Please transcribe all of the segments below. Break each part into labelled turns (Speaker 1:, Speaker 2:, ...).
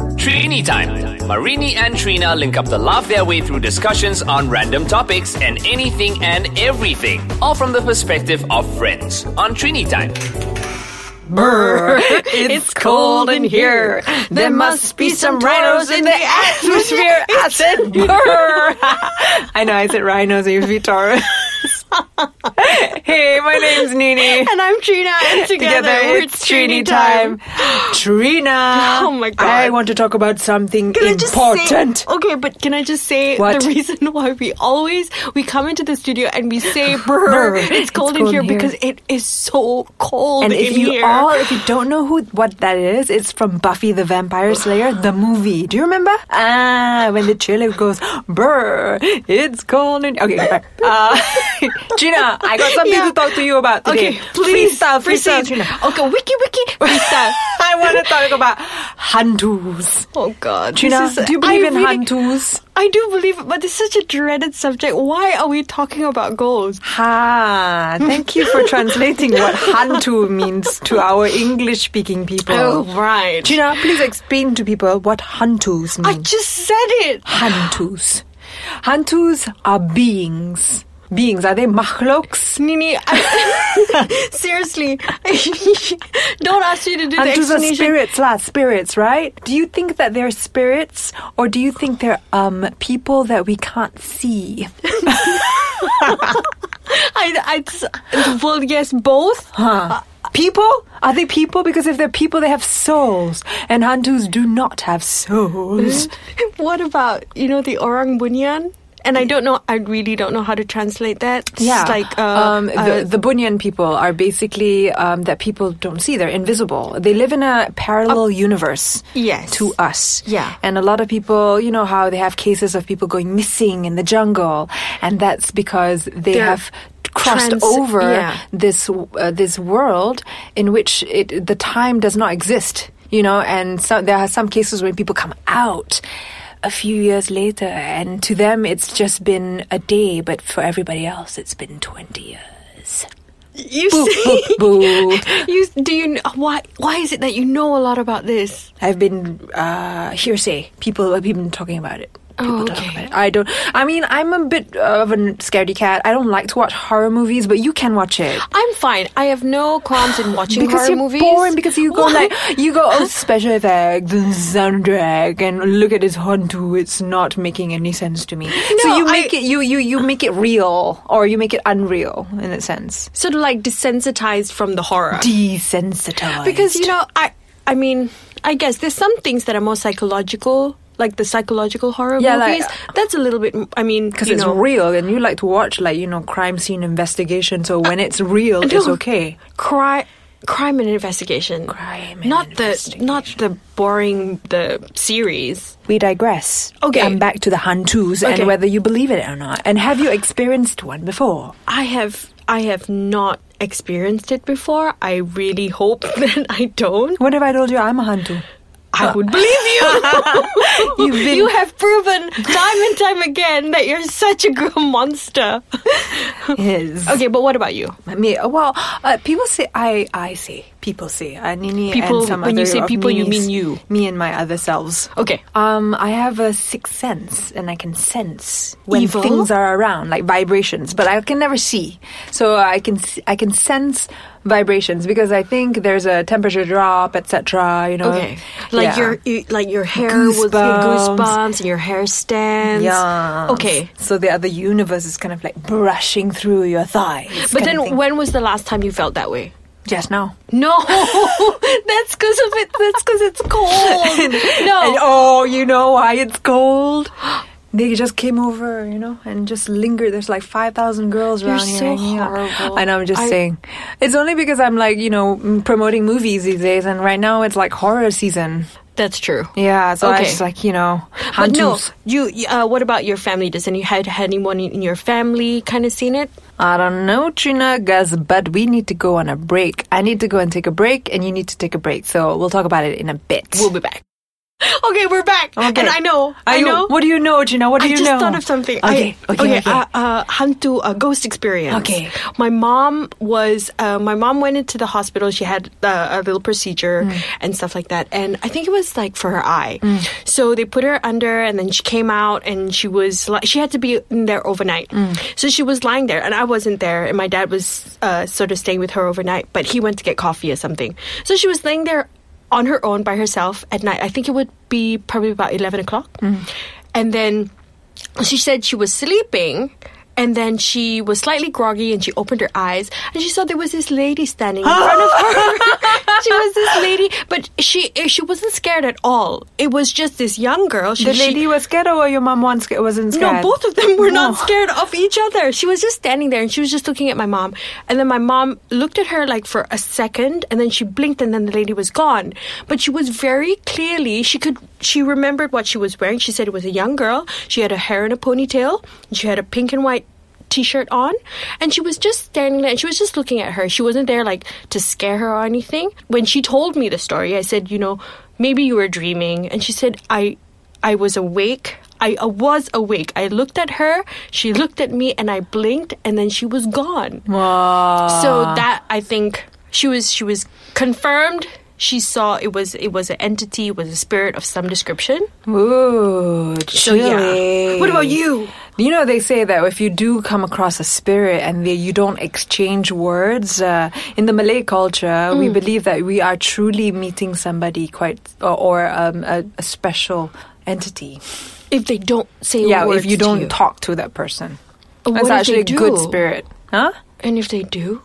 Speaker 1: Marini time. Marini and Trina link up to laugh their way through discussions on random topics and anything and everything, all from the perspective of friends on Trini time.
Speaker 2: Brr, it's,
Speaker 3: It's cold in here. There must be some rhinos in the atmosphere. I said brr. I know, I said rhinos, I used to be Taurus. hey, my name's Nini.
Speaker 2: And I'm Trina, and together,
Speaker 3: Together,
Speaker 2: it's Trini time.
Speaker 3: Trina.
Speaker 2: Oh my God.
Speaker 3: I want to talk about something important.
Speaker 2: Say, okay, but can I just say
Speaker 3: What?
Speaker 2: the reason why we always we come into the studio and we say brr,
Speaker 3: Brr,
Speaker 2: it's
Speaker 3: it's
Speaker 2: cold in
Speaker 3: cold
Speaker 2: here
Speaker 3: in here.
Speaker 2: because it is so cold
Speaker 3: and
Speaker 2: in
Speaker 3: if you
Speaker 2: here.
Speaker 3: all, if you don't know who what that is, it's from Buffy the Vampire Slayer, the movie. Do you remember? Ah, when the trailer goes, "Brr, it's cold." And, okay, bye. uh, Gina, I got something
Speaker 2: Yeah.
Speaker 3: to talk to you about today.
Speaker 2: okay, please
Speaker 3: freestyle, freestyle,
Speaker 2: proceed.
Speaker 3: Gina.
Speaker 2: Okay, wiki wiki freestyle.
Speaker 3: I want to talk about hantus.
Speaker 2: oh God,
Speaker 3: Trina,
Speaker 2: this is-
Speaker 3: do you believe
Speaker 2: I
Speaker 3: in
Speaker 2: really-
Speaker 3: hantus?
Speaker 2: I do believe, it, but it's such a dreaded subject. Why are we talking about goals?
Speaker 3: Ha! Thank you for translating what hantu means to our English-speaking people.
Speaker 2: Oh, right.
Speaker 3: Gina, please explain to people what hantus
Speaker 2: I
Speaker 3: mean.
Speaker 2: just said it.
Speaker 3: Hantus. Hantus are beings. Beings, are they makhluks?
Speaker 2: Nini, I, seriously, don't ask you to do the
Speaker 3: Hantus are
Speaker 2: explanation.
Speaker 3: spirits, lah, spirits, right? Do you think that they're spirits or do you think they're um people that we can't see?
Speaker 2: I, I, well, yes, both.
Speaker 3: Huh. People? Are they people? Because if they're people, they have souls. And Hantus do not have souls.
Speaker 2: What about you know the orang bunyan? And I don't know. I really don't know how to translate that. It's like uh,
Speaker 3: um,
Speaker 2: uh,
Speaker 3: the, the Bunyan people are basically um, that people don't see. They're invisible. They live in a parallel universe.
Speaker 2: Yes.
Speaker 3: to us.
Speaker 2: Yeah.
Speaker 3: and a lot of people, you know, how they have cases of people going missing in the jungle, and that's because they
Speaker 2: They're
Speaker 3: have crossed
Speaker 2: trans-
Speaker 3: over
Speaker 2: yeah.
Speaker 3: this uh, this world in which it the time does not exist. You know, and so there are some cases when people come out. A few years later, and to them it's just been a day, but for everybody else it's been 20 years.
Speaker 2: you
Speaker 3: Boo,
Speaker 2: see,
Speaker 3: boo, boo.
Speaker 2: you do you kn- why why is it that you know a lot about this?
Speaker 3: I've been uh, hearsay. People have been talking about it. People
Speaker 2: Oh,
Speaker 3: talk
Speaker 2: okay.
Speaker 3: about it. I don't. I mean, I'm a bit of a scaredy cat. I don't like to watch horror movies, but you can watch it
Speaker 2: I'm fine. I have no qualms in watching
Speaker 3: because
Speaker 2: horror
Speaker 3: you're
Speaker 2: movies.
Speaker 3: boring. Because you go
Speaker 2: Why?
Speaker 3: like you go oh special effects and soundtrack and look at this hantu. It's not making any sense to me. so
Speaker 2: No,
Speaker 3: you make
Speaker 2: I-
Speaker 3: it you you you make it real or you make it unreal in a sense.
Speaker 2: sort of like desensitized from the horror.
Speaker 3: Desensitized.
Speaker 2: because you know i i mean i guess there's some things that are more psychological like the psychological horror
Speaker 3: Yeah, like- uh,
Speaker 2: movies that's a little bit i mean
Speaker 3: because
Speaker 2: you
Speaker 3: it's
Speaker 2: know,
Speaker 3: real and you like to watch like you know crime scene investigation so when it's real
Speaker 2: no.
Speaker 3: it's okay
Speaker 2: cri- crime and investigation
Speaker 3: Crime and
Speaker 2: not the not the boring the series
Speaker 3: we digress
Speaker 2: Okay.
Speaker 3: i'm back to the hantus
Speaker 2: Okay.
Speaker 3: and whether you believe it or not and have you experienced one before
Speaker 2: i have i have not experienced it before i really hope that i don't
Speaker 3: what if i told you i'm a hantu
Speaker 2: i would believe you
Speaker 3: You've been-
Speaker 2: you have proven time and time again that you're such a good monster
Speaker 3: yes
Speaker 2: okay but what about you
Speaker 3: me uh, well uh, people say i i say people say uh, Nini
Speaker 2: People-
Speaker 3: and some
Speaker 2: when you
Speaker 3: other
Speaker 2: say
Speaker 3: of
Speaker 2: people, you
Speaker 3: Ninis.
Speaker 2: mean you.
Speaker 3: me and my other selves
Speaker 2: Okay.
Speaker 3: um i have a sixth sense and i can sense when
Speaker 2: Evil?
Speaker 3: things are around like vibrations but i can never see so i can s- i can sense vibrations because i think there's a temperature drop etc you know
Speaker 2: Okay, like
Speaker 3: Yeah.
Speaker 2: your you- like your hair goosebumps. was your
Speaker 3: Goosebumps.
Speaker 2: goosebumps and your hair stands.
Speaker 3: yeah
Speaker 2: Okay,
Speaker 3: so the other universe is kind of like brushing through your thighs
Speaker 2: but
Speaker 3: kind of
Speaker 2: then
Speaker 3: thing.
Speaker 2: when was the last time you felt that way?
Speaker 3: just now
Speaker 2: No, that's because of it. That's because it's cold.
Speaker 3: And,
Speaker 2: No,
Speaker 3: oh, you know why it's cold? They just came over, you know, and just lingered. There's like 5,000 girls
Speaker 2: You're
Speaker 3: around
Speaker 2: so
Speaker 3: here. hanging out.
Speaker 2: horrible.
Speaker 3: And I'm just
Speaker 2: I-
Speaker 3: saying. It's only because I'm like, you know, m- promoting movies these days, and right now it's like horror season.
Speaker 2: that's true.
Speaker 3: Yeah, so I
Speaker 2: Okay.
Speaker 3: just like, you know,
Speaker 2: But no,
Speaker 3: hantus.
Speaker 2: you. you- Uh, what about your family? Does any had had anyone in your family kind of seen it?
Speaker 3: I don't know, Trina, guys, but we need to go on a break. I need to go and take a break, and you need to take a break. So we'll talk about it in a bit.
Speaker 2: We'll be back. Okay, we're back.
Speaker 3: Okay.
Speaker 2: And I know.
Speaker 3: Are
Speaker 2: I
Speaker 3: you-
Speaker 2: know.
Speaker 3: What do you know, Gina? What do
Speaker 2: I
Speaker 3: you
Speaker 2: just
Speaker 3: know?
Speaker 2: thought of something.
Speaker 3: Okay,
Speaker 2: I,
Speaker 3: okay, okay.
Speaker 2: Uh, uh, hantu, a ghost experience.
Speaker 3: Okay.
Speaker 2: My mom was. Uh, my mom went into the hospital. She had uh, a little procedure and stuff like that. And I think it was like for her eye. So they put her under, and then she came out, and she was. Li- she had to be in there overnight. So she was lying there, and I wasn't there, and my dad was uh, sort of staying with her overnight, but he went to get coffee or something. So she was laying there on her own by herself at night. I think it would be probably about 11 o'clock. And then she said she was sleeping. And then she was slightly groggy and she opened her eyes and she saw there was this lady standing in front of her. she was this lady, but she she wasn't scared at all. It was just this young girl. She,
Speaker 3: The
Speaker 2: she-
Speaker 3: lady was scared, or your mom once wasn't scared?
Speaker 2: no, both of them were not
Speaker 3: No.
Speaker 2: scared of each other. She was just standing there and she was just looking at my mom. And then my mom looked at her like for a second and then she blinked and then the lady was gone. But she was very clearly, she could, she remembered what she was wearing. She said it was a young girl. She had her hair in a ponytail. And she had a pink and white t-shirt on and she was just standing there and she was just looking at her she wasn't there like to scare her or anything when she told me the story i said you know maybe you were dreaming and she said i I was awake. I uh, was awake. I looked at her, she looked at me, and I blinked, and then she was gone.
Speaker 3: Wow.
Speaker 2: So that I think she was she was confirmed. She saw it was it was an entity, it was a spirit of some description.
Speaker 3: Ooh,
Speaker 2: So yeah.
Speaker 3: chilling.
Speaker 2: What about you?
Speaker 3: You know, they say that if you do come across a spirit and they, you don't exchange words, uh, in the Malay culture,
Speaker 2: Mm.
Speaker 3: we believe that we are truly meeting somebody quite, or, or um, a, a special entity.
Speaker 2: If they don't say
Speaker 3: yeah,
Speaker 2: words
Speaker 3: if you
Speaker 2: to
Speaker 3: don't talk to that person.
Speaker 2: What
Speaker 3: That's
Speaker 2: if they
Speaker 3: actually a good
Speaker 2: do?
Speaker 3: spirit. Huh?
Speaker 2: and if they do,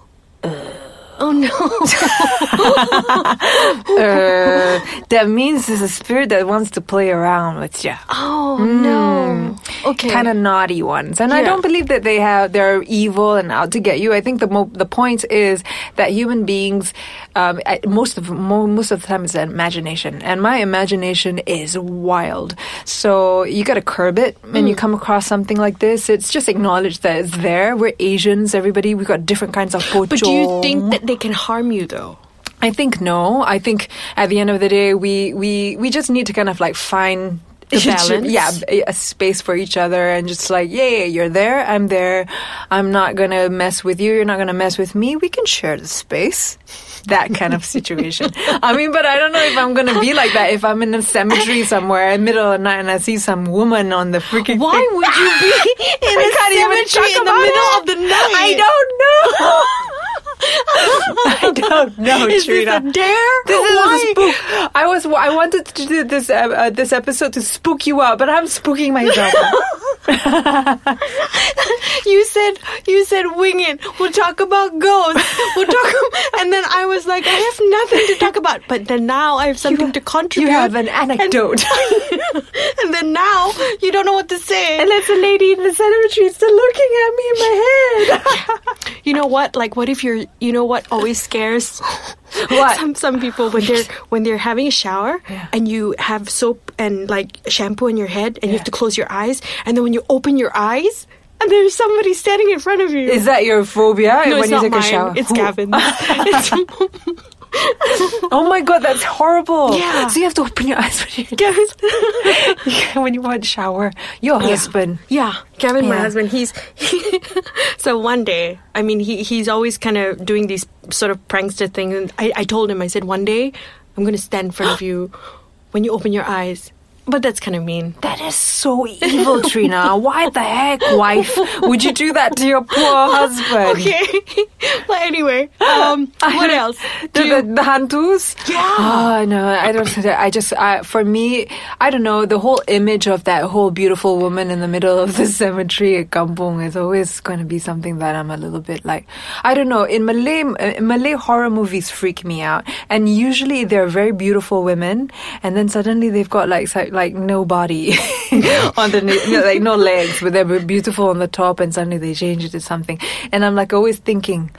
Speaker 2: oh
Speaker 3: Mm.
Speaker 2: no,
Speaker 3: Uh, that means it's a spirit that wants to play around with you.
Speaker 2: oh no, okay,
Speaker 3: kind of naughty ones. And I
Speaker 2: Yeah.
Speaker 3: don't believe that they have they're evil and out to get you. I think the mo- the point is that human beings, um, at most of mo- most of the time, it's an imagination, and my imagination is wild. So you got to curb it when
Speaker 2: Mm.
Speaker 3: you come across something like this. It's just acknowledge that it's there. We're Asians, everybody. We got different kinds of pochong.
Speaker 2: But do you think that they can harm you though?
Speaker 3: I think no. I think at the end of the day, we we we just need to kind of like find.
Speaker 2: The
Speaker 3: each-
Speaker 2: balance.
Speaker 3: yeah, b- a space for each other, and just like, yeah, yeah, you're there, I'm there. I'm not gonna mess with you. You're not gonna mess with me. We can share the space. That kind of situation. I mean, but I don't know if I'm gonna be like that. If I'm in a cemetery somewhere in the middle of the night and I see some woman on the freaking.
Speaker 2: Why
Speaker 3: thing-
Speaker 2: would you be in
Speaker 3: I
Speaker 2: a
Speaker 3: can't even
Speaker 2: cemetery
Speaker 3: talk
Speaker 2: in the
Speaker 3: about
Speaker 2: middle
Speaker 3: it.
Speaker 2: of the
Speaker 3: I
Speaker 2: night?
Speaker 3: don't know. I don't know,
Speaker 2: Is this
Speaker 3: Trina.
Speaker 2: a dare?
Speaker 3: This is
Speaker 2: Why?
Speaker 3: a spook. I was I wanted to do this uh, uh, this episode to spook you out, but I'm spooking myself.
Speaker 2: You said you said wing it. We'll talk about ghosts. We'll talk, and then I was like, I have nothing to talk about. But then now I have something to
Speaker 3: you
Speaker 2: contribute.
Speaker 3: have an anecdote.
Speaker 2: And, and then now you don't know what to say.
Speaker 3: And there's a lady in the cemetery still looking at me in my head.
Speaker 2: You know what? Like, what if you're? You know what always scares?
Speaker 3: What?
Speaker 2: Some some people when they're when they're having a shower and you have soap and like shampoo in your head and you have to close your eyes and then when you open your eyes and there's somebody standing in front of you.
Speaker 3: Is that your phobia
Speaker 2: no,
Speaker 3: when
Speaker 2: it's
Speaker 3: you
Speaker 2: not
Speaker 3: take
Speaker 2: mine.
Speaker 3: a shower?
Speaker 2: It's
Speaker 3: Who-
Speaker 2: Gavin's. it's
Speaker 3: Oh my god, that's horrible.
Speaker 2: Yeah.
Speaker 3: So you have to open your eyes when you
Speaker 2: Gavin's.
Speaker 3: when you want shower. Your husband.
Speaker 2: Yeah, Gavin, my
Speaker 3: Yeah.
Speaker 2: husband. He's so one day. I mean, he he's always kind of doing these sort of prankster things. And I I told him, I said, one day I'm gonna stand in front of you when you open your eyes. But that's kind of mean.
Speaker 3: That is so evil, Trina. Why the heck, wife, would you do that to your poor husband?
Speaker 2: Okay. but anyway, um,
Speaker 3: I
Speaker 2: what
Speaker 3: don't-
Speaker 2: else?
Speaker 3: The,
Speaker 2: Do you-
Speaker 3: the, the hantus?
Speaker 2: Yeah.
Speaker 3: Oh, no, I don't think that. I just, I, for me, I don't know. The whole image of that whole beautiful woman in the middle of the cemetery at Kampung is always going to be something that I'm a little bit like. I don't know. In Malay, uh, Malay horror movies freak me out. And usually they're very beautiful women. And then suddenly they've got like, so- like no body on the, ne- no, like no legs, but they're beautiful on the top. And suddenly they change it to something. And I'm like always thinking,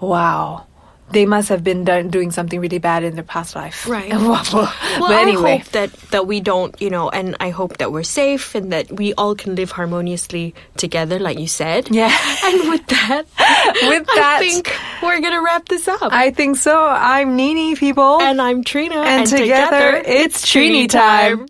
Speaker 3: wow they must have been done, doing something really bad in their past life.
Speaker 2: Right.
Speaker 3: but
Speaker 2: well, I
Speaker 3: anyway.
Speaker 2: hope that, that we don't, you know, and I hope that we're safe and that we all can live harmoniously together, like you said.
Speaker 3: Yeah.
Speaker 2: And with that,
Speaker 3: With
Speaker 2: I
Speaker 3: that-
Speaker 2: think we're going to wrap this up.
Speaker 3: I think so. I'm Nini, people.
Speaker 2: and I'm Trina.
Speaker 3: And together, it's Trini time.